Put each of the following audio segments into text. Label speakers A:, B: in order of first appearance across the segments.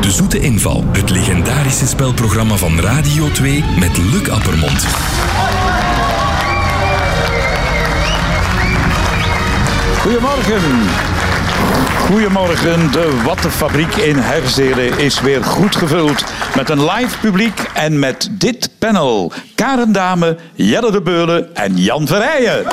A: De Zoete Inval. Het legendarische spelprogramma van Radio 2 met Luc Appermond.
B: Goedemorgen. Goedemorgen, de Wattenfabriek in Hersdelen is weer goed gevuld met een live publiek en met dit panel. Karen Dame, Jelle de Beulen en Jan Verrijen.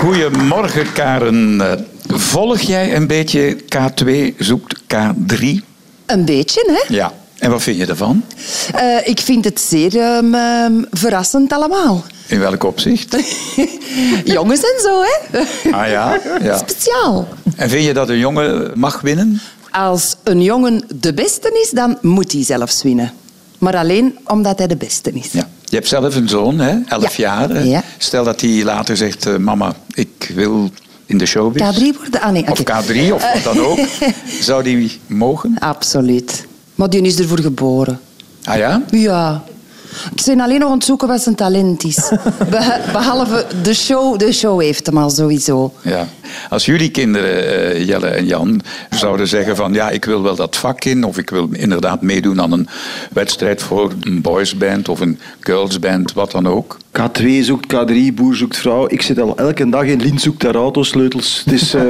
B: Goedemorgen Karen. Volg jij een beetje K2 zoekt K3?
C: Een beetje, hè?
B: Ja. En wat vind je daarvan?
C: Eh, ik vind het zeer ehm, ehm, verrassend allemaal.
B: In welk opzicht?
C: Jongens en zo, hè?
B: Ah ja? ja.
C: Speciaal.
B: En vind je dat een jongen mag winnen?
C: Als een jongen de beste is, dan moet hij zelfs winnen. Maar alleen omdat hij de beste is.
B: Ja. Je hebt zelf een zoon, hè? elf
C: Ja.
B: jaar. hè?
C: Ja.
B: Stel dat hij later zegt, eh, mama, ik wil in de showbiz.
C: K3 worden? Ah, nee.
B: Of
C: oké.
B: K3, of wat dan ook. Zou die mogen?
C: Absoluut. Maar die is ervoor geboren.
B: Ah ja?
C: Ja. Ik ben alleen nog aan het zoeken wat zijn talent is. Beh- Behalve de show. De show heeft hem al sowieso.
B: Ja. Als jullie kinderen, eh, Jelle en Jan, zouden zeggen van ja, ik wil wel dat vak in, of ik wil inderdaad meedoen aan een wedstrijd voor een boysband of een girlsband, wat dan ook.
D: K2 zoekt K3, boer zoekt vrouw. Ik zit al elke dag in Lien zoekt daar autosleutels. Het is eh,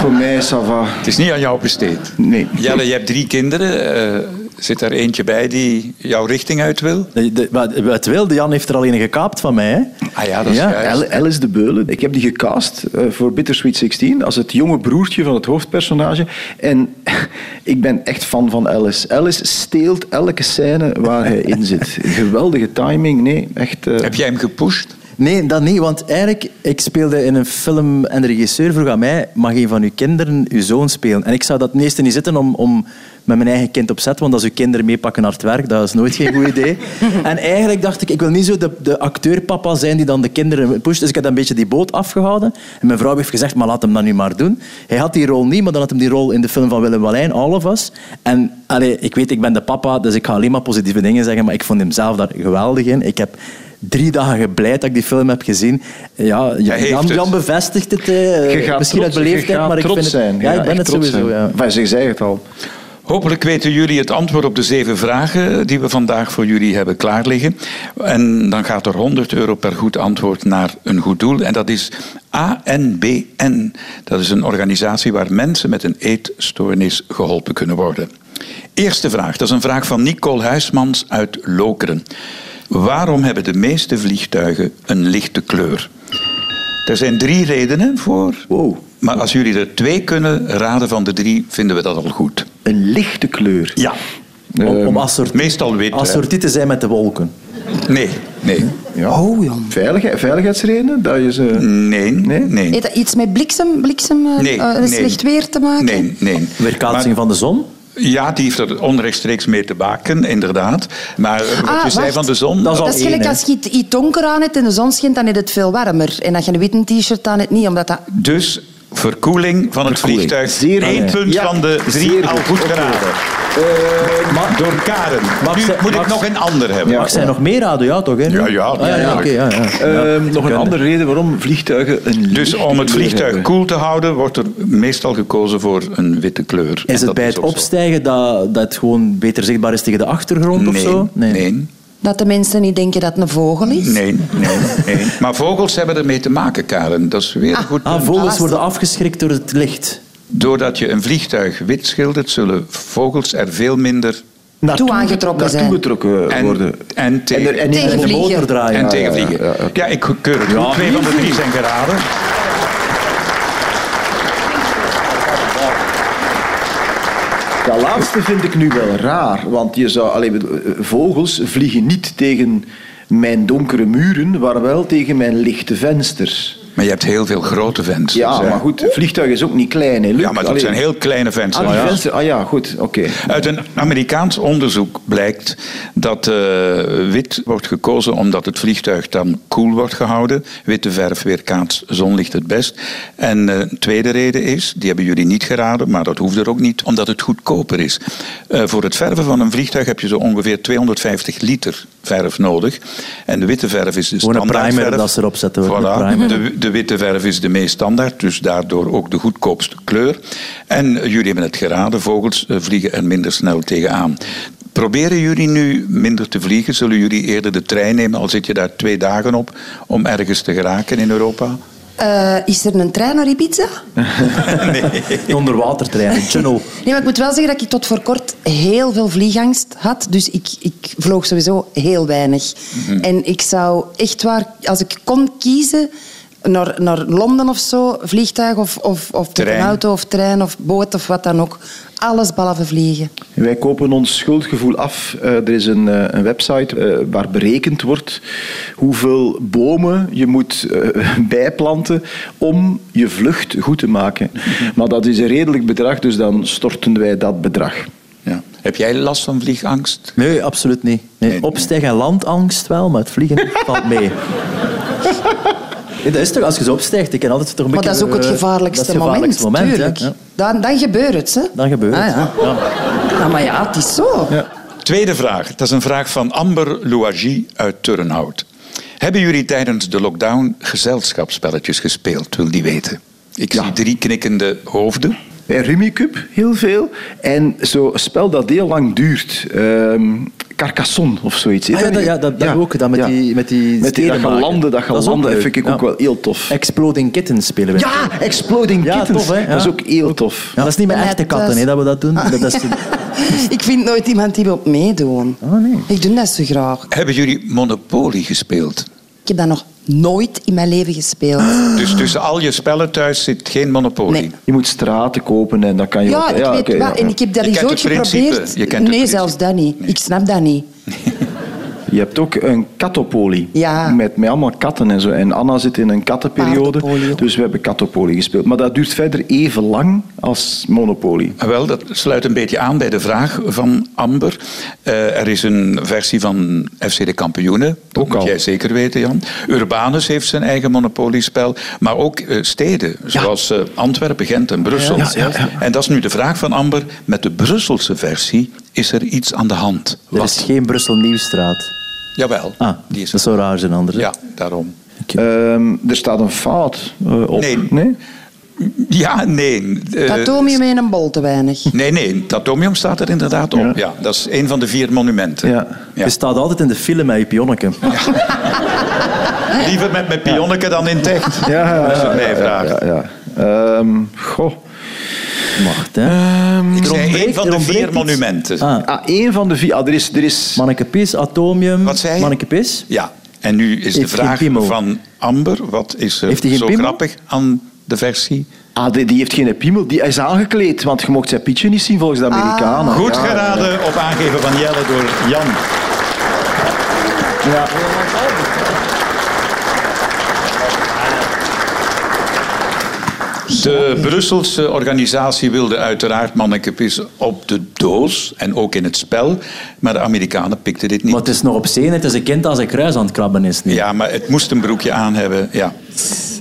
D: voor mij Sava.
B: Het is niet aan jou besteed.
D: Nee.
B: Jelle, je hebt drie kinderen. Eh, zit er eentje bij die jouw richting uit wil?
E: De, de- maar het wilde Jan heeft er al een gekaapt van mij. Hè?
B: Ah ja, dat is
E: Ja,
B: juist.
D: El- Alice de Beulen. Ik heb die gecast eh, voor Bittersweet 16 als het jonge broertje van het hoofdpersonage. En ik ben echt fan van Alice. Alice steelt elke scène waar hij in zit. Geweldige timing. Nee, echt. eh,
B: Heb jij hem gepusht?
E: Nee, dat niet. Want eigenlijk, ik speelde in een film en de regisseur vroeg aan mij, mag een van uw kinderen uw zoon spelen? En ik zou dat ten eerste niet zitten om, om met mijn eigen kind op zet, want als uw kinderen meepakken naar het werk, dat is nooit geen goed idee. en eigenlijk dacht ik, ik wil niet zo de, de acteurpapa zijn die dan de kinderen pusht. Dus ik had een beetje die boot afgehouden. En mijn vrouw heeft gezegd, maar laat hem dat nu maar doen. Hij had die rol niet, maar dan had hij die rol in de film van Willem Wallijn, All of Us. En allee, ik weet, ik ben de papa, dus ik ga alleen maar positieve dingen zeggen, maar ik vond hem zelf daar geweldig in. Ik heb drie dagen geblijd dat ik die film heb gezien. Ja,
B: heeft
E: Jan,
B: het.
E: Jan bevestigt het. eh,
D: je gaat
E: misschien uit
D: trots- je
E: beleefdheid,
D: gaat
E: maar ik
D: trots
E: vind het,
D: zijn.
E: Ja, ik ben
D: echt
E: het
D: trots
E: sowieso.
D: zijn.
E: Ja.
D: Enfin, ze zei het al.
B: Hopelijk weten jullie het antwoord op de zeven vragen die we vandaag voor jullie hebben klaarliggen. En dan gaat er 100 euro per goed antwoord naar een goed doel. En dat is ANBN. Dat is een organisatie waar mensen met een eetstoornis geholpen kunnen worden. Eerste vraag, dat is een vraag van Nicole Huismans uit Lokeren. Waarom hebben de meeste vliegtuigen een lichte kleur? Er zijn drie redenen voor.
D: Wow.
B: Maar als jullie er twee kunnen raden van de drie, vinden we dat al goed.
D: Een lichte kleur.
B: Ja.
E: Om, om assort-
B: Meestal wit. hè.
E: assortiet te zijn met de wolken.
B: Nee, nee.
D: Ja.
C: Oh, jong.
D: Veilig- veiligheidsredenen? Dat je ze...
E: Mm.
B: Nee, nee,
D: Nee?
B: nee.
C: Heeft dat iets met bliksem, bliksem eh,
B: Nee,
C: eh,
B: nee.
C: slecht weer te maken?
B: Nee, nee.
E: Weerkaatsing van de zon.
B: Maar- ja, die heeft er onrechtstreeks mee te maken, inderdaad. Maar eh, wat
C: Ah,
B: je zei
C: wacht.
B: van de zon...
E: Dat is al-
C: Dat is
E: één,
C: gelijk
E: hè.
C: als je het iets donker aan hebt en de zon schijnt, dan is het veel warmer. En als je een witte t-shirt aan hebt, niet, omdat dat...
B: Dus verkoeling van het
D: Verkoeling.
B: vliegtuig.
D: Zeer
B: Eén
D: goed.
B: punt
D: Ja,
B: van de drie
D: zeer
B: al
D: goed.
B: goed
D: Oké.
B: geraden.
E: Maar-
B: Door Karen.
E: Max,
B: nu
E: eh,
B: moet ik
E: Max-
B: nog een ander hebben.
D: Ja.
E: Mag zijn nog meer raden, ja toch? Hè?
B: Ja, ja,
E: Ah, ja,
B: natuurlijk.
E: oké, ja, ja.
D: Ehm, nog een andere reden waarom vliegtuigen een lichte
B: Dus om het
D: kleur
B: vliegtuig
D: hebben.
B: koel te houden, wordt er meestal gekozen voor een witte kleur. En
E: Is het
B: dat
E: bij het
B: ook zo.
E: opstijgen dat, dat het gewoon beter zichtbaar is tegen de achtergrond of
B: Nee,
E: zo?
B: nee.
C: Dat de mensen niet denken dat het een vogel is.
B: Nee, nee, nee. Maar vogels hebben ermee te maken, Karen. Dat is weer een goed.
E: Ah,
B: punt.
E: vogels worden afgeschrikt door het licht.
B: Doordat je een vliegtuig wit schildert, zullen vogels er veel minder.
D: Naartoe-
C: Toe aangetrokken zijn.
D: naartoe getrokken eh,
B: En-
D: worden.
B: en tegen-
D: er- en-
C: Tegen
E: En de
C: vliegen.
E: motor draaien.
B: en
E: Ah, Ja,
B: tegen
E: ja, ja.
B: vliegen. Ja, ik keur het. goed.
E: Ja,
B: Twee van de drie zijn geraden.
D: Dat laatste vind ik nu wel raar, want je zou, allee, bedoel, eh, vogels vliegen niet tegen mijn donkere muren, maar wel tegen mijn lichte vensters.
B: Maar je hebt heel veel grote vensters.
D: Ja,
B: hè.
D: maar goed, het vliegtuig is ook niet klein, hè, Luc?
B: Ja, maar dat
D: Allee,
B: zijn heel kleine vensters.
D: Ah, die
B: Ja.
D: venster- ah ja, goed, oké.
B: Uit een Amerikaans onderzoek blijkt dat eh, wit wordt gekozen omdat het vliegtuig dan koel wordt gehouden. Witte verf weerkaatst zonlicht het best. En eh, een tweede reden is, die hebben jullie niet geraden, maar dat hoeft er ook niet, omdat het goedkoper is. Eh, voor het verven van een vliegtuig heb je zo ongeveer 250 liter verf nodig. En de witte verf is de
E: Gewoon een
B: standaardverf.
E: primer dat ze erop zetten, hoor. Een
B: Voilà,
E: primer.
B: de, de witte verf is de meest standaard, dus daardoor ook de goedkoopste kleur. En eh, jullie hebben het geraden, vogels eh, vliegen er minder snel tegenaan. Proberen jullie nu minder te vliegen? Zullen jullie eerder de trein nemen, al zit je daar twee dagen op, om ergens te geraken in Europa?
C: Eh, is er een trein naar Ibiza?
E: Een onderwatertrein, een tunnel.
C: Nee, maar ik moet wel zeggen dat ik tot voor kort heel veel vliegangst had. Dus ik, ik vloog sowieso heel weinig.
B: Mhm.
C: En ik zou echt waar, als ik kon kiezen naar, naar Londen of zo, vliegtuig of, of, of met een
B: Trein.
C: auto of trein of boot of wat dan ook, alles behalve vliegen.
D: Wij kopen ons schuldgevoel af. Eh, er is een, eh, een website eh, waar berekend wordt hoeveel bomen je moet eh, bijplanten om je vlucht goed te maken.
E: Mhm.
D: Maar dat is een redelijk bedrag, dus dan storten wij dat bedrag.
B: Ja. Heb jij last van vliegangst?
E: Nee, absoluut niet.
B: Nee,
E: Nee,
B: nee.
E: opstijgen en landangst wel, maar het vliegen valt mee. Nee, dat is toch, als je zo opstijgt, ik ken altijd toch een
C: Maar
E: beetje,
C: dat is ook het
E: eh,
C: gevaarlijkste,
E: dat is het gevaarlijkste
C: moment,
E: moment, hè.
C: tuurlijk.
E: Ja,
C: Dan, dan gebeurt het, hè?
E: dan gebeurt
C: Ah,
E: het.
C: ja.
E: Ja.
C: Ja, maar ja, het is zo.
B: Tweede vraag. Dat is een vraag van Amber Louagie uit Turnhout. Hebben jullie tijdens de lockdown gezelschapsspelletjes gespeeld, wil die weten? Ik zie drie knikkende hoofden.
D: Bij Rummy Eh, Cup heel veel. En zo'n spel dat heel lang duurt. Ehm Carcassonne of zoiets.
E: Ah, ja, dat, ja, dat, dat hebben we ook gedaan met,
D: Ja.
E: die, met die
D: Met die
E: stenen
D: dat je
E: maken.
D: landen, dat je
E: is
D: landen,
E: leuk.
D: vind ik ook wel heel tof.
E: Exploding Kittens spelen we.
D: Ja, Exploding
E: Ja,
D: Kittens.
E: tof, hè? Ja.
D: Dat is ook heel tof.
E: Ja, dat is niet met
C: Net
E: echte
C: thuis.
E: katten hè, dat we dat doen.
C: Ah.
E: Dat, dat is,
C: ik vind nooit iemand die wil meedoen.
E: Oh, nee.
C: Ik doe dat zo graag.
B: Hebben jullie Monopoly gespeeld?
C: Ik heb dat nog nooit in mijn leven gespeeld.
B: Dus tussen al je spellen thuis zit geen Monopoly?
C: Nee.
D: Je moet straten kopen en dan kan je...
C: Ja,
D: ook-
C: ik weet
D: oké,
C: wel.
D: ja.
C: En ik heb dat
B: Je
C: eens
B: kent
C: ooit
B: het principe.
C: geprobeerd.
B: Je kent het
C: nee,
B: principe.
C: zelfs dat niet. Ik snap dat niet.
D: Je hebt ook een kattopolie.
C: Ja.
D: Met, met allemaal katten en zo. En Anna zit in een kattenperiode.
C: Paardenpolie ook.
D: Dus we hebben kattopolie gespeeld. Maar dat duurt verder even lang als Monopoly.
B: Ah, Wel, dat sluit een beetje aan bij de vraag van Amber. Eh, er is een versie van FC de Kampioenen. Dat
D: Ook
B: moet
D: al.
B: jij zeker weten, Jan. Urbanus heeft zijn eigen monopoliespel. Maar ook eh, steden, zoals eh, Antwerpen, Gent en Brussel.
D: Ja, ja, ja.
B: En dat is nu de vraag van Amber. Met de Brusselse versie is er iets aan de hand.
E: er
B: Wat?
E: is geen Brussel-Nieuwstraat.
B: Jawel.
E: Ah,
B: die is
E: dat
B: er.
E: zou raar zijn anders. hè.
B: Ja, daarom.
D: Ehm, er staat een fout eh, op.
B: Nee. Ja, nee. eh,
C: Dat atomium in een bol te weinig.
B: Nee, nee, dat domium staat er inderdaad op. Ja. dat is een van de vier monumenten.
D: Ja.
B: Ja.
E: Je staat altijd in de file met je pionneke.
B: Liever met mijn pionneke dan in tech.
D: Ja, ja,
B: Dat is
D: ja,
B: een
D: ja,
B: bijvraag.
D: Eh, ja, ja. Ehm, goh.
E: Macht, hè.
B: Ik
E: Er
B: zei
E: ontbreekt-
B: een van
E: er
B: de
E: ontbreekt
B: vier
E: iets.
B: monumenten.
E: Ah,
D: Ah, één van de vier. Ah, er is... Er is
E: Manneke Pis, Atomium.
B: Wat zei je?
E: Manneke Pis.
B: Ja, en nu is de
E: Heeft geen
B: vraag
E: piemel.
B: van Amber. Wat is er
E: Heeft hij geen
B: zo
E: piemel?
B: grappig aan de versie?
D: ah, die, die heeft geen piemel. Die is aangekleed. Want je mocht zijn pietje niet zien volgens de Amerikanen.
B: Ah. Goed
D: Ja,
B: geraden op aangeven van Jelle door Jan.
D: Ja.
B: De Brusselse organisatie wilde uiteraard mannekepis op de doos en ook in het spel. Maar de Amerikanen pikten dit niet.
E: Maar het is nog op zee, het is een kind als een kruis aan het krabben is. Nu.
B: Ja, maar het moest een broekje aan hebben. Ja,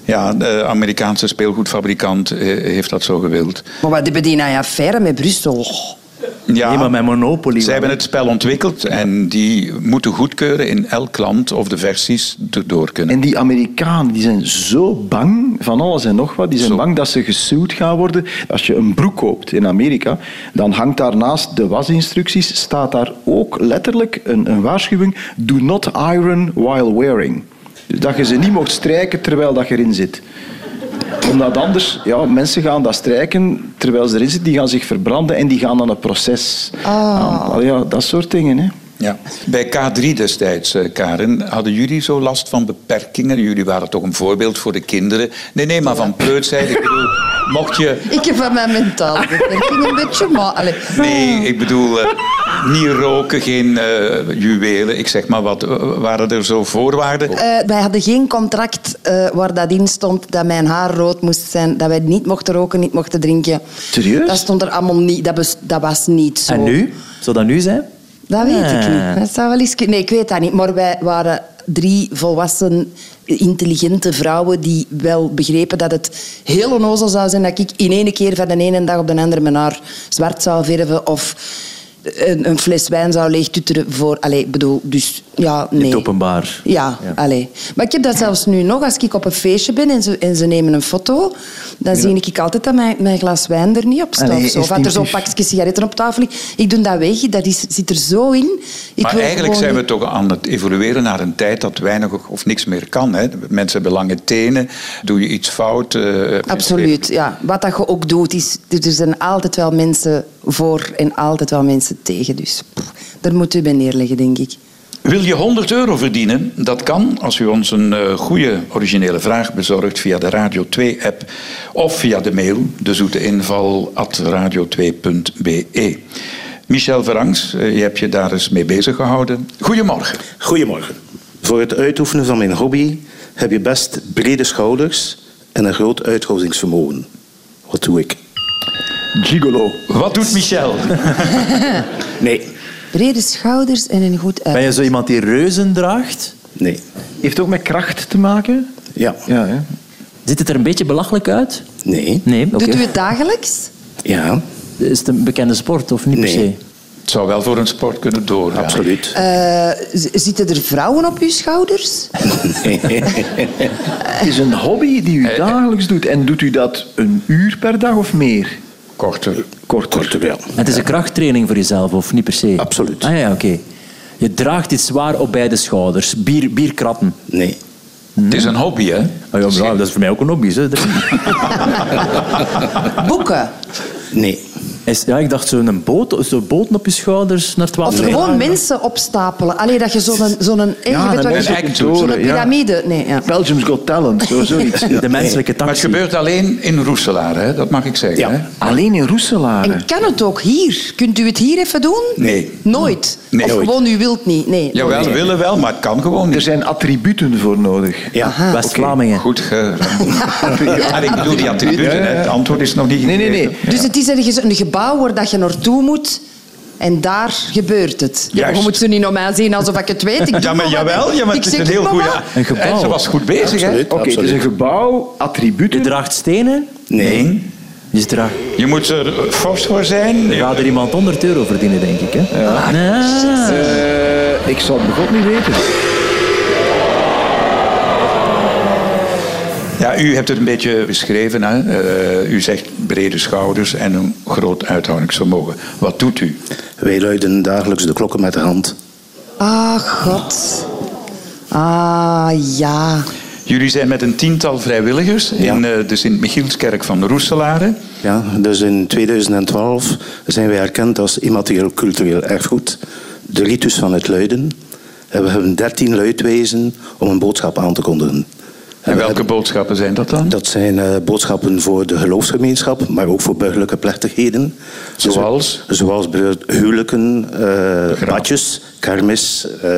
B: ja de Amerikaanse speelgoedfabrikant eh, heeft dat zo gewild.
C: Maar wat hebben die nou in affaire met Brussel?
B: Oh. Ja,
E: Nee, maar met Monopoly.
B: Zij hebben het spel ontwikkeld en die moeten goedkeuren in elk land of de versies erdoor kunnen.
D: En die Amerikanen die zijn zo bang van alles en nog wat. Die zijn
B: Zo.
D: bang dat ze gesuwd gaan worden. Als je een broek koopt in Amerika, dan hangt daarnaast de wasinstructies. Staat daar ook letterlijk een, een waarschuwing: do not iron while wearing. Dus dat je ze niet mocht strijken terwijl dat je erin zit omdat anders, ja, mensen gaan dat strijken terwijl ze erin zitten, die gaan zich verbranden en die gaan dan een proces aan. Allee, Ja, dat soort dingen. Hè.
B: Ja. Bij K3 destijds, eh, Karen, hadden jullie zo last van beperkingen? Jullie waren toch een voorbeeld voor de kinderen? Nee, nee, maar van preutsheid. Ik bedoel, mocht je...
C: Ik heb van mijn mentaal beperking een beetje maar... Allee.
B: Nee, ik bedoel, eh, Niet roken, geen eh, juwelen, ik zeg maar wat. Eh, Waren er zo
E: Oh.
B: voorwaarden?
C: Eh, wij hadden geen contract eh, waar dat in stond dat mijn haar rood moest zijn, dat wij niet mochten roken, niet mochten drinken.
D: Serieus?
C: Dat stond er allemaal niet. Dat, bes- dat was niet zo.
E: En nu? Zou dat nu zijn?
C: Dat weet ik
E: Ah.
C: niet. Dat zou wel eens kunnen. Nee, ik weet dat niet. Maar wij waren drie volwassen, intelligente vrouwen die wel begrepen dat het heel onnozel zou zijn dat ik in één keer van de ene dag op de andere mijn haar zwart zou verven of een, een fles wijn zou leegtutteren voor... Allee, ik bedoel, dus ja, nee.
E: het openbaar.
C: Ja,
E: Ja.
C: allee. Maar ik heb dat zelfs nu nog. Als ik op een feestje ben en ze, en ze nemen een foto, dan zie ik altijd dat mijn, mijn glas wijn er niet op staat.
D: Allee,
C: of zo. Of dat er zo'n
D: instinctief.
C: pakje sigaretten op tafel ligt. Ik doe dat weg, dat is, zit er zo in. Ik
B: maar
C: wil
B: eigenlijk
C: gewoon
B: zijn we
C: niet-
B: toch aan het evolueren naar een tijd dat weinig of- of niks meer kan. Hè? Mensen hebben lange tenen, doe je iets fout. eh, mensen
C: Absoluut, ja. Wat dat je ook doet, is, er zijn altijd wel mensen voor en altijd wel mensen tegen. Dus pff, daar moet u bij neerleggen, denk ik.
B: Wil je 100 euro verdienen? Dat kan als u ons een eh, goede originele vraag bezorgt via de Radio 2-app of via de mail de dezoeteinval.radio2.be. Michel Verrangs, eh, je hebt je daar eens mee bezig gehouden. Goedemorgen.
F: Goedemorgen. Voor het uitoefenen van mijn hobby heb je best brede schouders en een groot uithoudingsvermogen. Wat doe ik?
D: Gigolo.
B: Wat doet Michel?
F: Nee.
C: Brede schouders en een goed
E: Ben
C: uit.
E: je zo iemand die reuzen draagt?
F: Nee.
D: Heeft het ook met kracht te maken?
F: Ja.
D: Ja, hè?
E: Ziet het er een beetje belachelijk uit?
F: Nee.
E: Nee, oké.
C: Doet u het dagelijks?
F: Ja.
E: Is het een bekende sport of niet per
F: Nee.
E: se?
B: Het zou wel voor een sport kunnen doorgaan.
F: Absoluut.
C: Eh, z- zitten er vrouwen op uw schouders?
D: Het is een hobby die
B: Eh,
D: u dagelijks doet. En doet u dat een uur per dag of meer?
B: Korter.
D: Korter.
F: Korter wel.
E: Het is een krachttraining voor jezelf of niet per se?
F: Absoluut.
E: Ah ja, oké. Je draagt iets zwaar op beide schouders. Bier, bierkratten.
F: Nee.
B: Het is een hobby, hè?
E: Ah ja, maar ja, dat is voor mij ook een hobby. Hè.
C: Boeken.
F: Nee.
E: Is- Ja, ik dacht zo'n boot, zo boten op je schouders naar het
C: Of
E: water.
C: gewoon
E: dragen.
C: mensen opstapelen. Alleen dat je zo'n... zo'n eh, je
D: Ja,
C: weet wat
D: dan
C: ik
D: is het
C: bedoel.
B: een
D: toren,
C: Zo'n
D: ja.
C: piramide. Nee, ja.
D: Belgium's Got Talent, zo, zoiets. Ja.
E: De menselijke
B: Maar het
E: taxi.
B: gebeurt alleen in Roeselaar, hè? dat mag ik zeggen.
F: Ja.
D: Oh,
B: Hè?
D: Alleen in Roeselare.
C: En kan het ook hier? Kunt u het hier even doen?
B: Nee.
C: Nooit?
B: Nee,
C: of
B: nooit.
C: gewoon u wilt niet? Nee.
B: Jawel,
C: nooit.
B: willen wel, maar het kan gewoon
D: Er
B: niet.
D: zijn attributen voor nodig.
F: Ja.
E: West-Vlamingen.
B: Goed geraamd. Maar ik bedoel die attributen, hè. het antwoord is nog niet
D: Nee, nee, nee.
B: gegeven.
C: Dus het is ergens een gebouw waar dat je naartoe moet... En daar gebeurt het. Ja, maar
B: Juist.
C: je moet ze niet om mij zien alsof ik het weet. Ik doe
B: Ja, maar
C: wat.
B: jawel, ja, maar
C: Ik
B: het is
C: zeg
B: een heel
C: maar
B: goede...
C: wat.
E: Een gebouw.
B: En ze was goed bezig, hè?
F: Absoluut.
D: Oké, het is een gebouw,
E: Je
D: attributen.
E: draagt stenen.
F: Nee.
E: Je draagt...
B: Je moet er eh, fors voor zijn.
E: Je gaat er iemand 100 euro verdienen, denk ik. Hè? Ah, Ja.
D: Eh, ik zou het bij God niet weten.
B: Ja, u hebt het een beetje beschreven, hè? Eh, u zegt brede schouders en een groot uithoudingsvermogen. Wat doet u?
F: Wij luiden dagelijks de klokken met de hand.
C: Ah, god. Ah, ja.
B: Jullie zijn met een tiental vrijwilligers in eh, de Sint-Michielskerk van Roeselare.
F: Ja, dus in 2012 zijn wij erkend als immaterieel cultureel erfgoed. De ritus van het luiden. En we hebben 13 luidwijzen om een boodschap aan te kondigen. En we
B: En welke
F: hebben-
B: boodschappen zijn dat dan?
F: Dat zijn eh, boodschappen voor de geloofsgemeenschap, maar ook voor burgerlijke plechtigheden. Dus
B: Zoals?
F: we- zoals bijvoorbeeld huwelijken, eh badjes, kermis, eh,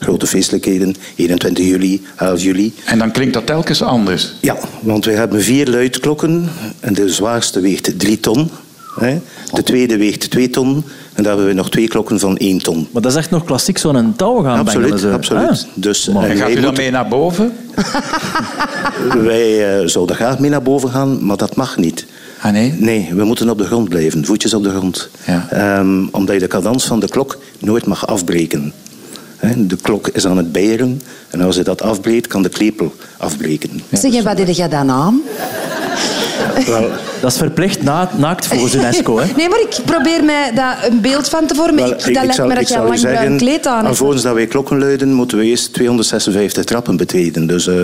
F: grote feestelijkheden, 21 juli, 11 juli.
B: En dan klinkt dat telkens anders.
F: Ja, want wij hebben vier luidklokken. En de zwaarste weegt 3 ton. Hè. De tweede weegt 2 ton. En dan hebben we nog twee klokken van 1 ton.
E: Maar dat is echt nog klassiek, zo'n een touw gaan bengelen.
F: Absoluut,
E: zo.
F: absoluut.
E: Ah.
F: Dus eh,
B: En gaat
F: wij,
B: u dan
F: moeten-
B: mee naar boven?
F: wij eh, zouden graag mee naar boven gaan, maar dat mag niet.
B: Ah nee?
F: Nee, we moeten op de grond blijven, voetjes op de grond.
B: Ja.
F: Ehm, omdat je de cadans van de klok nooit mag afbreken. Hè, De klok is aan het bijeren en als je dat afbreekt, kan de klepel afbreken.
C: Zeg, en wat deed jij dan aan?
E: Dat is verplicht na, naakt volgens UNESCO. Hè?
C: Nee, maar ik probeer mij daar een beeld van te vormen.
F: Wel,
C: ik, dat lijkt
F: zal-
C: me dat jij een
F: zal u
C: lang bruin
F: zeggen,
C: kleed aan hebt.
F: Alvorens dat wij klokken luiden, moeten we eerst 256 trappen betreden. Dus eh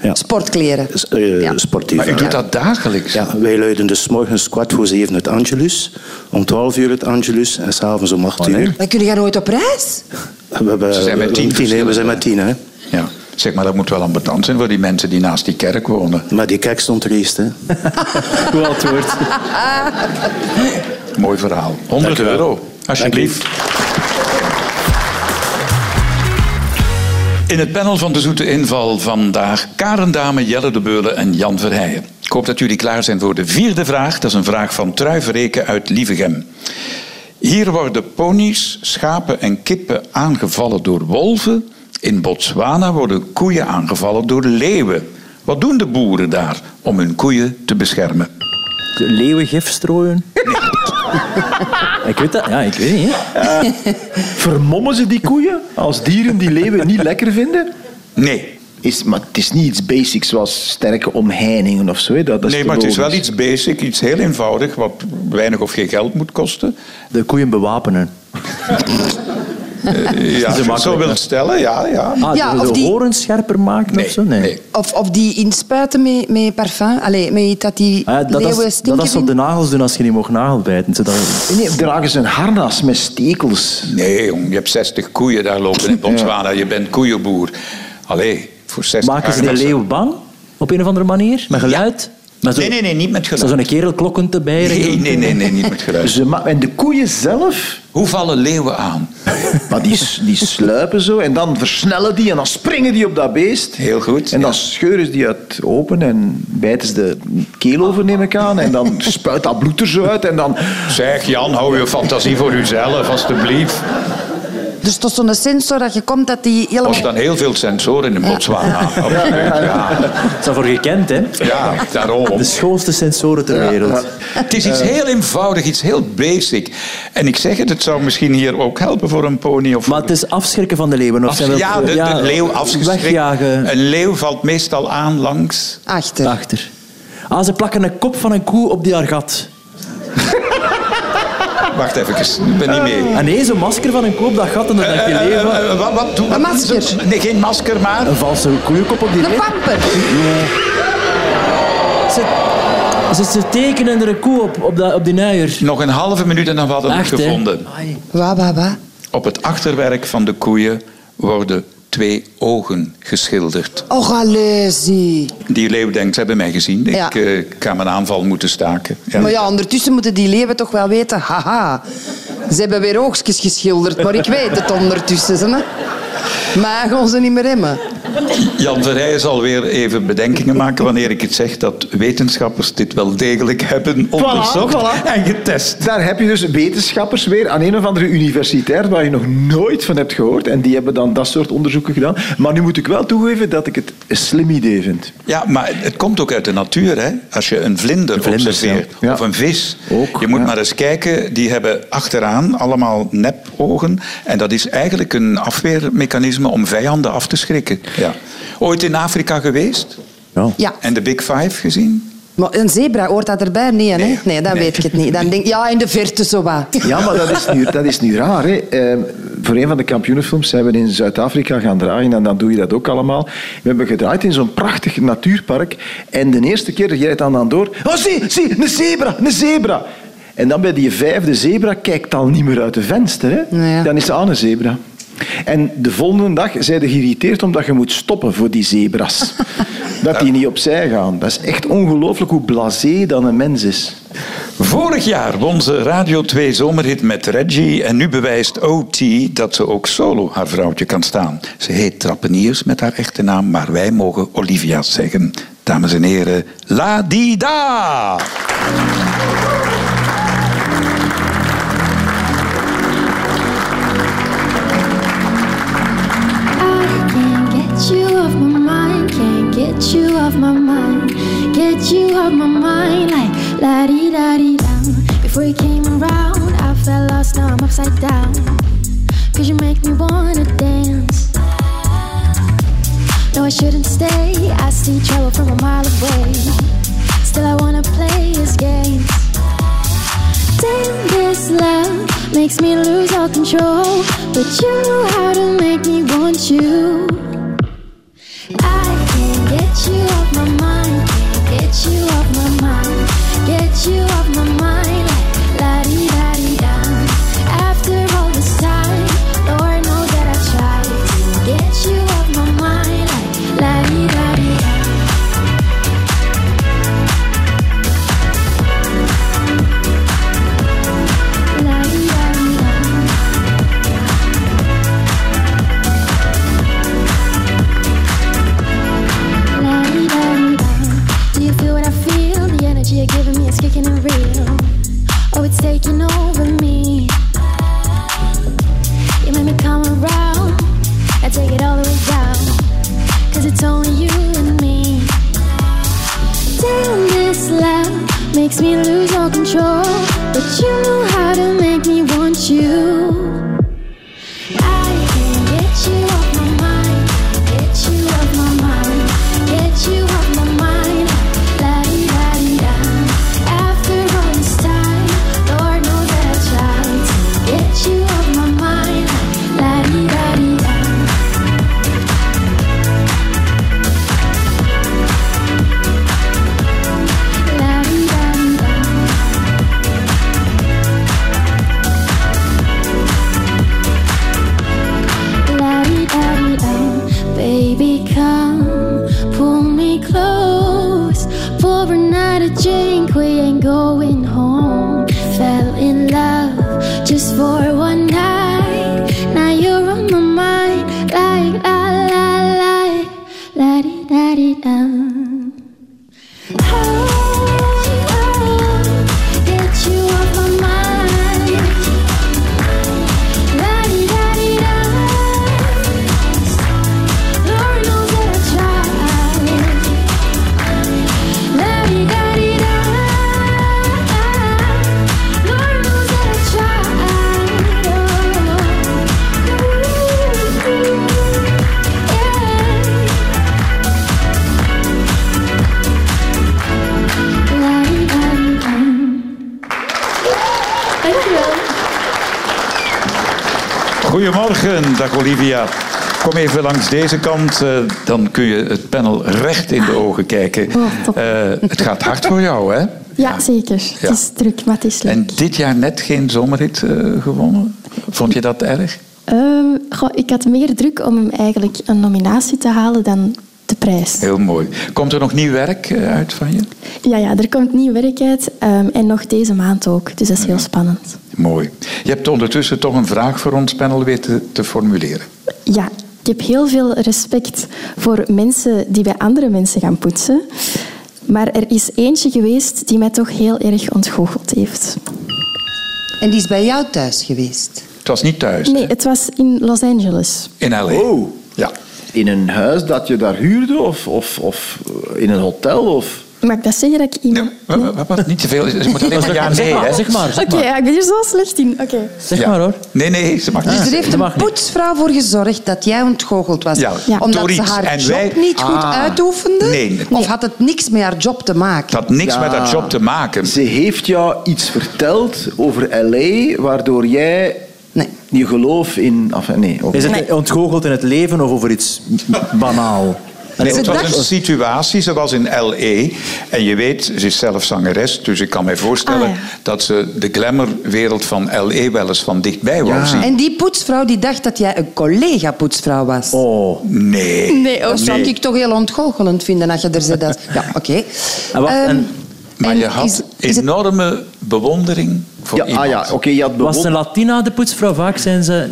F: ja,
C: Sportkleren.
F: s- eh,
C: Ja.
F: sportief.
B: Maar u
F: ja.
B: doet dat dagelijks?
F: Ja, wij luiden dus 's morgens kwart voor zeven het Angelus, om 12 uur het Angelus en s'avonds om 8 uur.
C: Dan kun je nooit op reis.
F: We, hebben,
B: Ze zijn met tien
F: hè,
B: verschillende.
F: we zijn met tien, hè.
B: Ja. Zeg maar, dat moet wel ambetant zijn voor die mensen die naast die kerk wonen.
F: Maar die kerk stond er eerst, hè.
E: Goed antwoord.
C: Ah.
B: Mooi verhaal. 100 euro. Alsjeblieft. In het panel van de Zoete Inval vandaag Karen Dame, Jelle de Beule en Jan Verheijen. Ik hoop dat jullie klaar zijn voor de vierde vraag. Dat is een vraag van Truivereken uit Lievegem. Hier worden ponies, schapen en kippen aangevallen door wolven. In Botswana worden koeien aangevallen door leeuwen. Wat doen de boeren daar om hun koeien te beschermen?
E: Leeuwengif strooien? ik weet dat. Ja, ik weet niet. hè.
D: Vermommen ze die koeien als dieren die leeuwen niet lekker vinden?
B: Nee,
D: Is, maar het is niet iets basics zoals sterke omheiningen of zo. hè. Dat, dat
B: nee
D: te
B: maar het is wel
D: logisch.
B: iets basic, iets heel eenvoudig, wat weinig of geen geld moet kosten.
E: De koeien bewapenen.
B: Ja, als je het zo
E: makkelijk,
B: wilt
E: hè?
B: stellen, ja. ja.
E: Ah,
C: Ja,
E: de,
C: of
E: de
C: die-
E: horens scherper maken of zo? Nee.
C: Of, of die inspuiten met, met parfum. Allee, met dat die
E: Ah, dat,
C: leeuwen
E: is,
C: stinken
E: dat is op de
C: vinden.
E: nagels doen als je niet mocht nagelbijten. Zodat...
D: Nee, dragen ze een harnas met stekels.
B: Nee, jong, je hebt 60 koeien daar lopen in Botswana. Je bent koeienboer. Allee, voor 60
E: Maken ze de
B: harnassen.
E: leeuw bang? Op een of andere manier? Met geluid? Met zo-
B: Nee, nee, nee, niet met
E: Is dat
B: geluid.
E: zo'n kerel klokkend erbij?
B: Nee, nee, nee, nee, niet met geluid.
E: Dus-
D: Ze ma- en de koeien zelf,
B: Hoe vallen leeuwen aan?
D: maar die, s- die sluipen zo en dan versnellen die en dan springen die op dat beest.
B: Heel goed,
D: En dan
B: ja.
D: scheuren ze die uit open en bijten ze de keel over, neem ik aan. En dan spuit dat bloed er zo uit en dan...
B: Zeg, Jan, hou je fantasie voor uzelf, alstublieft.
C: Dus tot zo'n sensor dat je komt, dat die
B: Er
C: helemaal...
B: staan heel veel sensoren in Botswana. Absoluut, ja.
E: Dat is daarvoor gekend, hè?
B: ja, daarom.
E: De schoonste sensoren ter wereld.
B: Het is
E: Eh.
B: iets heel eenvoudig, iets heel basic. En ik zeg het, het zou misschien hier ook helpen voor een pony. Of
E: Maar het is afschrikken van de leeuwen. Of
B: Af-
E: zijn wel-
B: ja, de, de leeuw afgeschrikt. Eh.
E: Wegjagen.
B: Een leeuw valt meestal aan langs.
C: Achter.
E: Achter. Ah, ze plakken een kop van een koe op die haar gat.
B: Wacht even, ik ben niet mee.
E: En nee, zo'n masker van een koe op dat gat en dan Eh, heb je
B: Eh, eh,
E: leeuwen.
B: eh, wat, wat doe-
C: Een masker.
B: Nee, geen masker, maar...
E: Een valse koeienkop op die
C: Een
E: leeuw.
C: pamper.
E: Ze, ze, ze tekenen er een koe op, op, dat, op die nuier.
B: Nog een halve minuut en dan hadden we het
E: Echt, hè?
B: gevonden.
E: Ai.
C: Wa, wa, wa.
B: Op het achterwerk van de koeien worden twee ogen geschilderd.
C: Och, allee, zie.
B: Die leeuw denkt, ze hebben mij gezien.
C: Ja.
B: Ik eh, ga mijn aanval moeten staken. Ja.
C: Maar ja, ondertussen moeten die leeuwen toch wel weten... Haha, ze hebben weer oogstjes geschilderd, maar ik weet het ondertussen. Ze, hè. maar gaan ze niet meer remmen.
B: Jan Verheij zal weer even bedenkingen maken wanneer ik het zeg dat wetenschappers dit wel degelijk hebben onderzocht
D: voilà.
B: en getest.
D: Daar heb je dus wetenschappers weer aan een of andere universiteit waar je nog nooit van hebt gehoord. En die hebben dan dat soort onderzoeken gedaan. Maar nu moet ik wel toegeven dat ik het een slim idee vind.
B: Ja, maar het komt ook uit de natuur. Hè? Als je een vlinder,
E: vlinder,
B: observeert
D: ja. Ja.
B: of een vis.
D: Ook,
B: je moet
D: ja.
B: maar eens kijken, die hebben achteraan allemaal nepogen. En dat is eigenlijk een afweermechanisme om vijanden af te schrikken. Ja. Ooit in Afrika geweest
C: Ja,
B: en de Big Five gezien?
C: maar een zebra hoort dat erbij? Nee, hè?
B: Nee.
C: nee, dan weet ik het niet. Dan denk ik, ja, in de verte zo wat.
D: Ja, maar dat is nu, dat is nu raar. Hè. Eh, voor een van de kampioenenfilms zijn we in Zuid-Afrika gaan draaien. En dan doe je dat ook allemaal. We hebben gedraaid in zo'n prachtig natuurpark. En de eerste keer jij het dan, dan door. Oh, zie, zie, een zebra, een zebra. En dan bij die vijfde zebra kijkt al niet meer uit de venster. Hè.
C: Nou ja.
D: Dan is ze aan een zebra. En de volgende dag zijn ze geïrriteerd omdat je moet stoppen voor die zebra's. Dat die niet opzij gaan. Dat is echt ongelooflijk hoe blasé dan een mens is.
B: Vorig jaar won ze Radio 2 zomerhit met Reggie. En nu bewijst OT dat ze ook solo haar vrouwtje kan staan. Ze heet Trappeniers met haar echte naam, maar wij mogen Olivia zeggen. Dames en heren, La Dida!
G: I can't get you off my mind, can't get you off my mind, get you off my mind, like la di da di down. Before you came around, I felt lost, now I'm upside down. Cause you make me wanna dance. No, I shouldn't stay, I see trouble from a mile away. Still, I wanna play his games. Damn, this love makes me lose all control. But you know how to make me want you. I can't get you off my mind, can't get you off my mind, get you off my mind. Like la di da di da. After all this time, Lord knows that I tried to get you off my mind. Like la di da di da. La-di-da-di-da. Oh, it's taking over me. You make me come around, I take it all the way down. Cause it's only you and me. Damn, this love makes me lose all control. But you know how to make me want you. I can get you off my mind, get you off my mind, get you off my mind, la di da di da. After all this time, Lord knows that I tried to get you off my mind, la di da di da. La di da di da. La-di-da-di-da. Baby, come pull me close. Pour another drink, we ain't going home. Fell in love just for one night. Now you're on my mind, like la la la, la di da di da. Get you off my mind. La di da di da. Lord knows that I tried. La di da di da. Lord knows that I tried. La di da di da. Dankjewel.
B: Goedemorgen, dag Olivia. Kom even langs deze kant, eh, dan kun je het panel recht in de ogen kijken.
G: Oh, top.
B: Eh, het gaat hard voor jou, hè?
G: Ja, zeker.
B: Ja.
G: Het is druk, maar het is leuk.
B: En dit jaar net geen zomerhit eh, gewonnen. Vond je dat erg?
G: Ehm, goh, ik had meer druk om hem eigenlijk een nominatie te halen dan de prijs.
B: Heel mooi. Komt er nog nieuw werk eh, uit van je?
G: Ja, ja er komt nieuw werk uit ehm, en nog deze maand ook. Dus dat is
E: Mhm.
G: heel spannend.
B: Mooi. Je hebt ondertussen toch een vraag voor ons panel weten te formuleren.
G: Ja, ik heb heel veel respect voor mensen die bij andere mensen gaan poetsen. Maar er is eentje geweest die mij toch heel erg ontgoocheld heeft.
C: En die is bij jou thuis geweest.
B: Het was niet thuis,
G: Nee,
B: hè?
G: het was in Los Angeles.
B: in L.A.
D: Oh.
B: Ja.
D: In een huis dat je daar huurde of, of, of eh, in een hotel? Of...
G: Mag ik dat zeggen dat ik iemand...
B: Wa- wa- wa- Wat, niet te veel. Ze moet alleen maar ja, nee,
E: zeg, maar,
B: hè?
E: zeg maar,
G: Oké,
E: zeg maar.
G: ja, ik ben hier zo slecht in. Oké.
E: Zeg
B: Ja.
E: maar hoor. Ah.
B: Nee, nee, Ah, ze mag niet.
C: Dus er heeft
E: dat
C: een
E: mag niet.
C: poetsvrouw voor gezorgd dat jij ontgoocheld was.
B: Ja, Ja.
C: Omdat
B: door
C: ze
B: iets.
C: haar
B: En
C: job
B: wij-
C: niet goed
B: Ah.
C: uitoefende?
B: Nee, nee.
C: Of had het niks met haar job te maken?
B: Het had niks
D: Ja.
B: met dat job te maken.
D: Ze heeft jou iets verteld over L.A., waardoor jij
C: Nee.
D: je geloof in... Enfin, nee, oké.
E: Is het ontgoocheld in het leven of over iets banaal?
B: Nee,
E: Allee,
B: het
C: Ze
B: was
C: dacht-
B: een situatie, ze was in L.A. En je weet, ze is zelf zangeres, dus ik kan mij voorstellen
G: Ah, ja.
B: dat ze de glamourwereld van L.A. wel eens van dichtbij wou zien.
C: Ah. En die poetsvrouw die dacht dat jij een collega-poetsvrouw was.
E: Oh.
B: Nee.
C: Nee, dat zou ik toch heel ontgoochelend vinden als je er zit. als- Ja, oké.
E: En wat- en-
C: Ehm,
B: Maar
C: en
B: je had
C: is- is het-
B: enorme bewondering voor
D: Ja,
B: iemand.
D: ah ja, oké, je had
E: Was het een
D: bewond-
E: Latina, de poetsvrouw? Vaak zijn ze,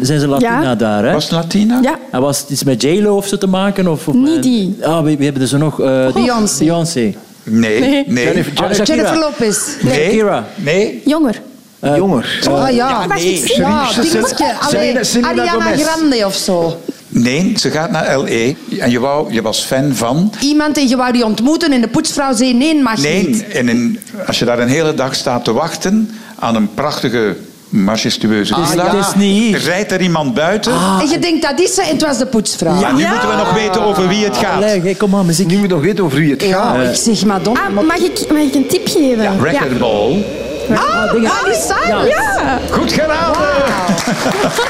E: zijn ze Latina
G: Ja.
E: daar, hè?
B: Was het Latina?
G: Ja,
E: En was het iets met J-Lo of zo te maken? Of, of
G: Niet die.
E: Ah, we, we hebben er zo nog... eh, die-
C: Beyoncé.
E: Beyoncé.
B: Nee. Nee.
G: Nee.
B: Nee.
E: Ah, Shakira.
C: Jennifer Lopez.
B: Nee.
E: Shakira.
B: Nee.
G: jonger.
E: Eh,
D: jonger.
C: ah ja,
G: wacht, ik zie-
C: ja dingetje.
D: Selena-
C: Allee,
D: Selena
C: Ariana
D: Gomez.
C: Grande of zo.
B: Nee, ze gaat naar L.A. En je, wou, je was fan van...
C: Iemand en je wou die ontmoeten en de poetsvrouw zei nee, mag niet.
B: Nee, en in- als je daar een hele dag staat te wachten aan een prachtige, majestueuze
E: is-
B: villa,
E: het Ah, is niet hier. Ah.
B: rijdt er iemand buiten.
C: En je denkt, dat is ze en het was de poetsvrouw.
B: Maar nu moeten we nog weten over wie het gaat.
E: Allee, hey, kom maar, muziek.
D: Nu moet je nog weten over wie het gaat.
C: Ja, ik zeg Madonna.
G: Ah, mag ik, mag ik een tip geven?
B: Record Ball.
C: Ah,
E: dingen-
C: Miley Cyrus.
G: Ja.
B: Goed geraden!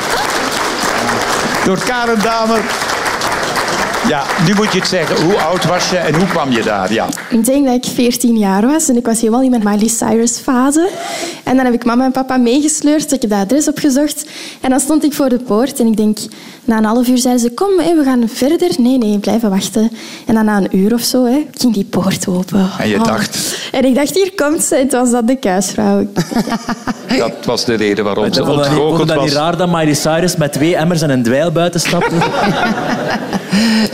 B: Door Karen Damer. Ja, nu moet je het zeggen. Hoe oud was je en hoe kwam je daar? Ja.
G: Ik denk dat ik 14 jaar was en ik was helemaal in mijn Miley Cyrus fase. En dan heb ik mama en papa meegesleurd, ik heb dat adres opgezocht. En dan stond ik voor de poort en ik denk, na een half uur zeiden ze, kom, hè, we gaan verder. Nee, nee, blijven wachten. En dan na een uur of zo hè, ging die poort open.
B: En je
E: Ah.
G: Oh.
B: dacht?
G: En ik dacht, hier komt ze. En het was dat de kuisvrouw.
B: Dat was de reden waarom ze
E: Vond je dat niet- vond je
B: ontgoocheld
E: dat niet
B: was.
E: raar dat Miley Cyrus met twee emmers en een dweil buiten stapte?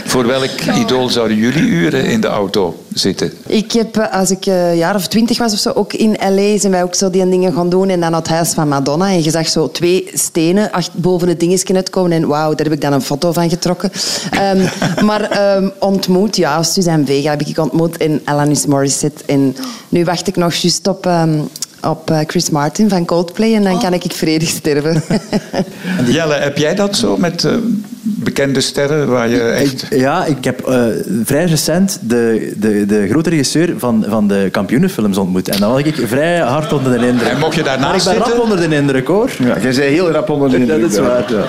B: Voor welk idool zouden jullie uren in de auto zitten?
C: Ik heb, eh, als ik eh, een jaar of twintig was of zo, ook in L.A. zijn wij ook zo die dingen dingen gaan doen en dan naar het huis van Madonna. En je zag zo twee stenen acht, boven het dingetje uitkomen. En wauw, daar heb ik dan een foto van getrokken. Ehm, maar ehm, ontmoet, ja, Suzanne Vega heb ik ontmoet en Alanis Morissette. En nu wacht ik nog juist op... ehm, op eh, Chris Martin van Coldplay en dan kan ik vredig sterven.
B: Jelle, heb jij dat zo met eh, bekende sterren waar je echt...
E: Ik- ja, ik heb eh, vrij recent de, de, de grote regisseur van, van de kampioenenfilms ontmoet. En dan was ik vrij hard onder de indruk.
B: En mocht je daarnaast
E: Maar ik ben rap
B: zitten?
E: onder de indruk, hoor.
D: Ja, jij zei heel rap onder de
E: Dat
D: indruk,
E: is
D: ja.
E: waar. ja.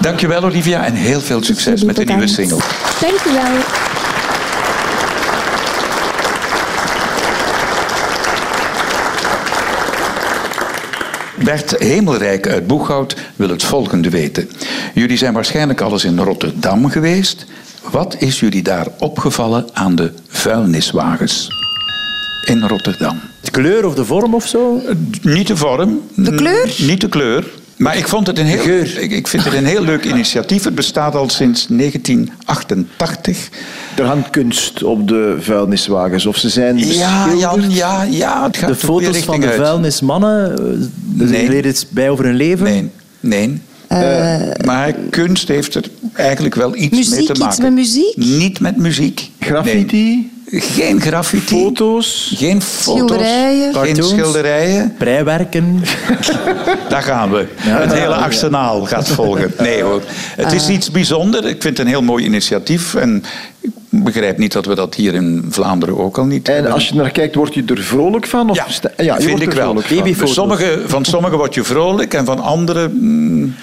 B: Dankjewel Olivia en heel veel succes met de nieuwe
G: Bedankt.
B: single.
G: Dankjewel.
B: Bert Hemelrijk uit Boeghout wil het volgende weten. Jullie zijn waarschijnlijk al eens in Rotterdam geweest. Wat is jullie daar opgevallen aan de vuilniswagens in Rotterdam?
E: De kleur of de vorm of zo?
B: Niet de vorm.
C: De kleur?
B: N- Niet de kleur. Maar ik, vond het een heel,
E: geur.
B: ik ik vind het een heel leuk initiatief. Het bestaat al sinds 1988.
D: Er hangt kunst op de vuilniswagens. Of ze zijn
B: Ja,
D: beschilderd.
B: Jan, ja, ja. Het gaat
E: De
B: de goede
E: foto's van
B: richting
E: de
B: uit.
E: vuilnismannen? eh,
B: Nee.
E: Leed iets bij over hun leven?
B: Nee, nee. Eh, maar kunst heeft er eigenlijk wel iets mee
C: Eh, Muziek,
B: te
C: iets
B: maken.
C: met muziek?
B: Niet met muziek.
D: Graffiti?
B: Nee. Geen graffiti.
D: Foto's?
B: Geen foto's.
C: Schilderijen?
B: Geen
E: Cartoons?
B: schilderijen.
E: Breiwerken?
B: Daar gaan we. het hele arsenaal gaat volgen. Nee hoor. Het
D: Eh.
B: is iets bijzonders. Ik vind het een heel mooi initiatief. En ik begrijp niet dat we dat hier in Vlaanderen ook al niet
D: En
B: hebben.
D: als je naar kijkt, word je er vrolijk van? Of
B: Ja,
D: sta- ja je
B: vind
D: wordt
B: ik
D: er
B: wel.
D: vrolijk van.
B: Van sommige, van sommigen word je vrolijk en van anderen mm,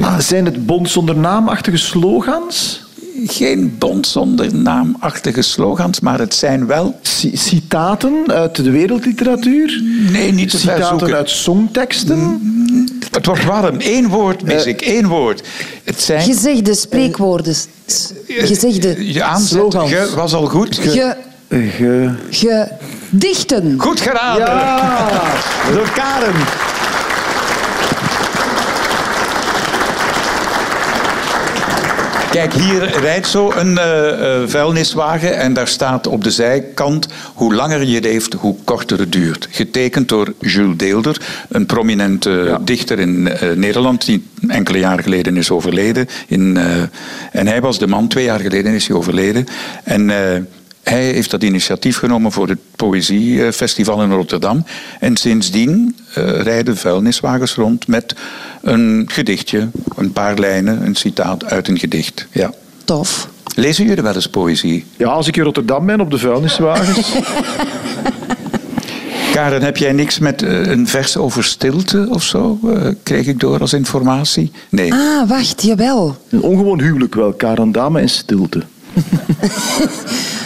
D: Ah, zijn het bond zonder naamachtige slogans?
B: geen bond zonder naamachtige slogans, maar het zijn wel...
D: Ci- Citaten uit de wereldliteratuur?
B: Nee, niet te Mm. ver
D: Citaten
B: zoeken.
D: uit songteksten?
B: Het wordt warm. Eén woord mis
D: Eh.
B: ik. Één woord. Het zijn...
C: Gezegde spreekwoorden. S- Gezegde.
B: Eh, Je aanzet
E: Slogans.
B: ge- was al goed.
C: Ge,
D: Eh, Ge-
C: gedichten.
B: Goed geraden. Door Karen. Kijk, hier rijdt zo een eh, eh, vuilniswagen en daar staat op de zijkant hoe langer je leeft, hoe korter het duurt. Getekend door Jules Deelder, een prominente dichter in eh, Nederland die enkele jaren geleden is overleden. In, eh, en hij was de man, twee jaar geleden is hij overleden. En eh, hij heeft dat initiatief genomen voor het Poëziefestival in Rotterdam. En sindsdien eh, rijden vuilniswagens rond met een gedichtje, een paar lijnen, een citaat uit een gedicht. Ja.
C: Tof.
B: Lezen jullie wel eens poëzie?
D: Ja, als ik in Rotterdam ben, op de vuilniswagens.
B: Karen, heb jij niks met eh, een vers over stilte of zo? eh, kreeg ik door als informatie? Nee.
C: Ah, wacht, jawel.
D: Een ongewoon huwelijk wel, Karen Dame en stilte.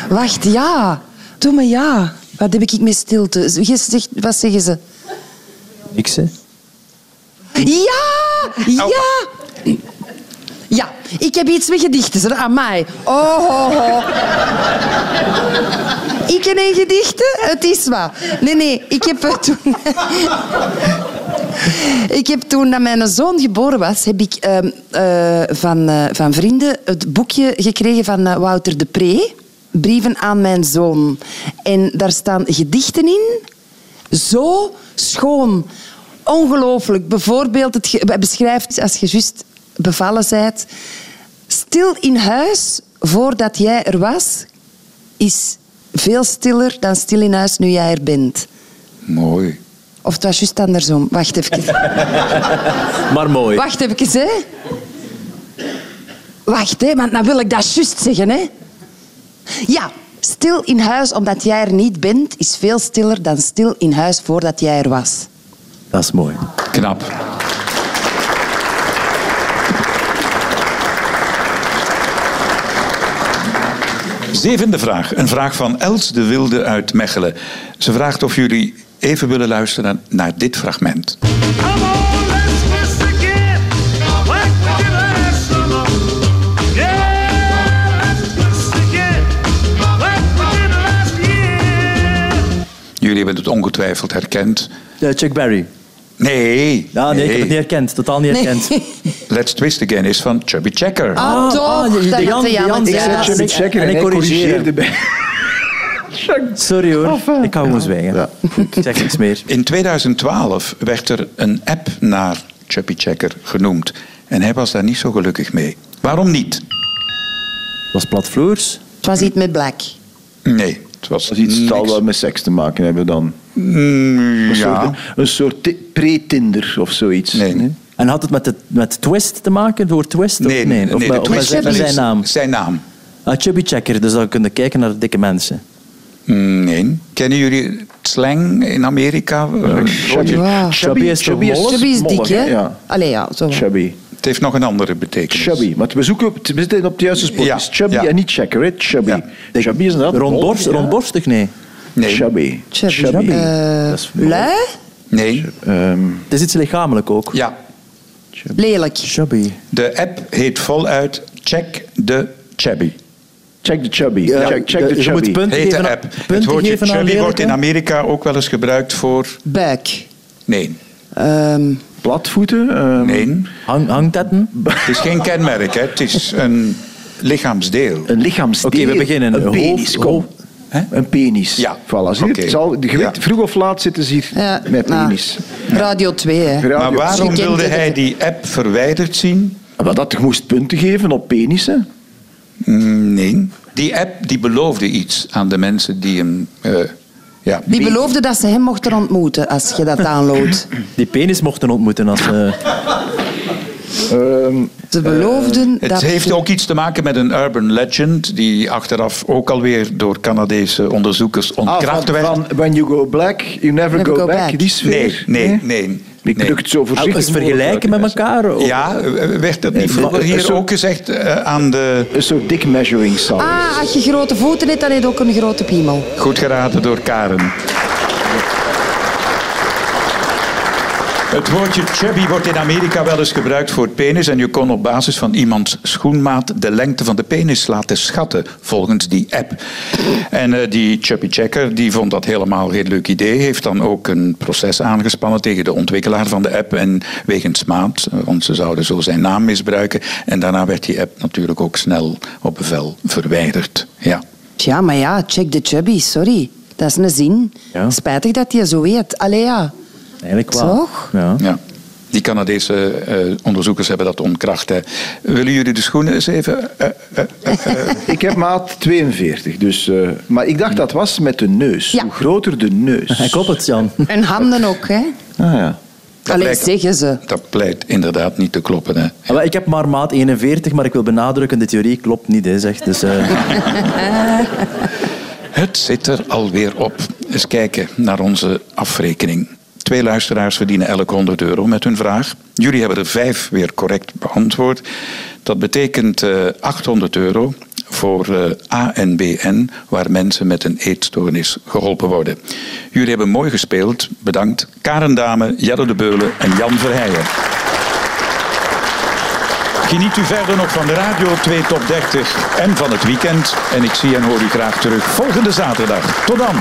C: Wacht, ja. Doe me ja. Wat heb ik met stilte? Je zegt- Wat zeggen ze?
E: Niks, hè?
C: Ja! Ja! Ja, ik heb iets met gedichten. Aan mij. Oh, ho, ho. Ik en een gedichten? Het is wat. Nee, nee, ik heb eh, toen... Ik heb toen dat mijn zoon geboren was, heb ik ehm, eh, van, eh, van vrienden het boekje gekregen van eh, Wouter de Pre. Brieven aan mijn zoon. En daar staan gedichten in. Zo schoon. Ongelooflijk. Bijvoorbeeld, het ge- het beschrijft als je juist bevallen bent. Stil in huis, voordat jij er was, is veel stiller dan stil in huis nu jij er bent.
B: Mooi.
C: Of het was juist andersom. Wacht even.
E: Maar mooi.
C: Wacht even, hè. Wacht, hè, want dan wil ik dat juist zeggen, hè. Ja, stil in huis omdat jij er niet bent, is veel stiller dan stil in huis voordat jij er was.
E: Dat is mooi.
B: Knap. Zevende vraag. Een vraag van Els de Wilde uit Mechelen. Ze vraagt of jullie even willen luisteren naar dit fragment.
H: Come on, let's kiss again, like we did last summer. Yeah, let's kiss again, like we did last year.
B: Jullie hebben het ongetwijfeld herkend.
E: Eh, Chuck Berry.
B: Nee.
E: Ja, nee, ik heb het niet herkend. Totaal niet herkend.
B: Let's Twist Again is van Chubby Checker.
C: Ah,
E: Ah,
C: toch?
E: ah, die- die
C: dat
E: Jan-
C: had de
E: die
C: Jan
E: Jan
C: het
E: zei
D: Ik
C: juist.
D: zet
E: dat.
D: je
E: en
D: checker en
E: ik
D: ik
E: corrigeer.
D: corrigeerde bij.
E: Sorry hoor,
D: Of, eh,
E: ik hou gewoon zwijgen.
D: Ja,
E: Ik zeg niks meer.
B: In 2012 werd er een app naar Chubby Checker genoemd. En hij was daar niet zo gelukkig mee. Waarom niet?
E: Was platvloers?
C: Het was iets met black.
B: Nee, het was,
D: Dat is iets zal
B: niks.
D: wel met seks te maken hebben dan.
B: Mm,
D: Een
B: ja.
D: soort, een soort ti- pre-Tinder of zoiets.
B: Nee.
E: En had het met, de, met Twist te maken, door Twist? of-
B: Nee, nee, nee,
E: of met,
B: de
E: of met
B: twist
E: zijn, met
B: is-
E: zijn naam.
B: Zijn naam.
E: Ah, chubby checker, dus dan kunnen kijken naar dikke mensen.
B: Mm, Nee. Kennen jullie het slang in Amerika? Eh,
D: Chubby,
C: Wow.
E: Chubby is toch mollig?
C: Dus Chubby is dik,
D: mollig,
C: hè?
D: Ja.
C: Allee, ja, zo. wel.
D: Chubby.
B: Het heeft nog een andere betekenis.
D: Chubby. Maar we, zoeken, op- we zitten op het juiste spot.
B: Ja,
D: Het is chubby
B: ja.
D: en niet checker, hè? Chubby.
B: Ja.
D: Chubby is inderdaad...
E: Rondborst,
D: mollig, ja.
E: Rondborstig, nee.
B: Nee.
D: Chubby.
C: Chubby.
D: Chubby.
C: Eh,
E: Dat is mooi.
C: lui?
B: Nee.
D: Ehm,
E: Het is iets lichamelijk ook.
B: Ja.
C: Lelijk.
E: Chubby.
B: De app heet voluit Check de Chubby.
D: check the chubby.
E: Ja,
D: check, check
E: je
D: the
E: moet
D: chubby.
E: punten
B: Heet
E: geven
B: de
E: aan-
B: app. Het
E: punten
B: woordje
E: geven aan
B: chubby wordt in
E: lelijke.
B: Amerika ook wel eens gebruikt voor...
C: Buik.
B: Nee.
C: Ehm,
D: Platvoeten. ehm,
B: Nee.
E: Hang, hangtetten. Oké,
B: Het is geen kenmerk, hè. het is een lichaamsdeel.
D: Een lichaamsdeel.
E: we beginnen.
D: Een
E: Hoofd-
D: penis, kom.
E: hoofd-
B: Hè?
D: Een penis.
B: Ja.
D: Voilà, zie je?
B: Oké.
D: Het zal, de gewet-
B: Ja.
D: Vroeg of laat zitten ze hier
C: ja,
D: met
C: nou,
D: penis.
C: Radio 2, hè.
D: Radio-
B: Maar waarom
C: Gekend
B: wilde
C: in de-
B: hij die app verwijderd zien?
D: Maar dat moest punten geven op penissen.
B: Mm, Nee. Die app die beloofde iets aan de mensen die hem... eh, ja.
C: Die beloofde dat ze hem mochten ontmoeten als je dat downloadt.
E: Die penis mochten ontmoeten als... eh,
D: Ehm,
C: Ze beloofden
B: Eh, Het
C: dat...
B: heeft
C: ze-
B: ook iets te maken met een urban legend die achteraf ook alweer door Canadese onderzoekers
D: ah,
B: ontkracht
D: van,
B: werd.
D: van When you go black, you never, go, back. Die sfeer.
B: nee, nee, nee.
D: Ik
B: nee.
D: druk het zo voorzichtig
E: Is vergelijken met
D: mogelijk uit.
E: elkaar? Of-
B: Ja, eh, werd dat niet
D: Nee,
B: vroeger
D: maar-
B: hier
D: zo-
B: ook gezegd eh, aan de...
D: Een soort dik measuring size.
C: Ah, als je grote voeten hebt, dan heb je ook een grote piemel.
B: Goed geraden door Karen. Het woordje chubby wordt in Amerika wel eens gebruikt voor penis en je kon op basis van iemands schoenmaat de lengte van de penis laten schatten volgens die app. En eh, die chubby checker die vond dat helemaal geen leuk idee, heeft dan ook een proces aangespannen tegen de ontwikkelaar van de app en wegens maat, eh, want ze zouden zo zijn naam misbruiken. En daarna werd die app natuurlijk ook snel op bevel verwijderd. Ja.
C: Tja, maar ja, check de chubby, sorry. Dat is een zin.
E: Ja.
C: Spijtig dat je zo weet. Allee, ja.
E: Eigenlijk wel.
C: Toch?
E: Ja.
B: Ja. Die Canadese eh, onderzoekers hebben dat ontkracht. Hè. Willen jullie de schoenen eens even... eh, eh,
D: Ik heb maat 42, dus... eh, maar ik dacht dat was met de neus.
C: Ja.
D: Hoe groter de neus.
E: Ik hoop het, Jan.
C: En handen ook, hè.
D: Ah, ja.
B: dat
C: Allee,
B: blijkt-
C: zeggen ze.
B: Dat pleit inderdaad niet te kloppen. Hè.
E: Ah, wel, Ik heb maar maat 41, maar ik wil benadrukken, de theorie klopt niet, hè, zegt. Dus, eh,
B: Het zit er alweer op. Eens kijken naar onze afrekening. Twee luisteraars verdienen elk 100 euro met hun vraag. Jullie hebben er vijf weer correct beantwoord. Dat betekent eh, 800 euro voor eh, ANBN, waar mensen met een eetstoornis geholpen worden. Jullie hebben mooi gespeeld. Bedankt. Karen Dame, Jelle de Beulen en Jan Verheijen. Geniet u verder nog van de Radio 2 Top 30 en van het weekend. En ik zie en hoor u graag terug volgende zaterdag. Tot dan.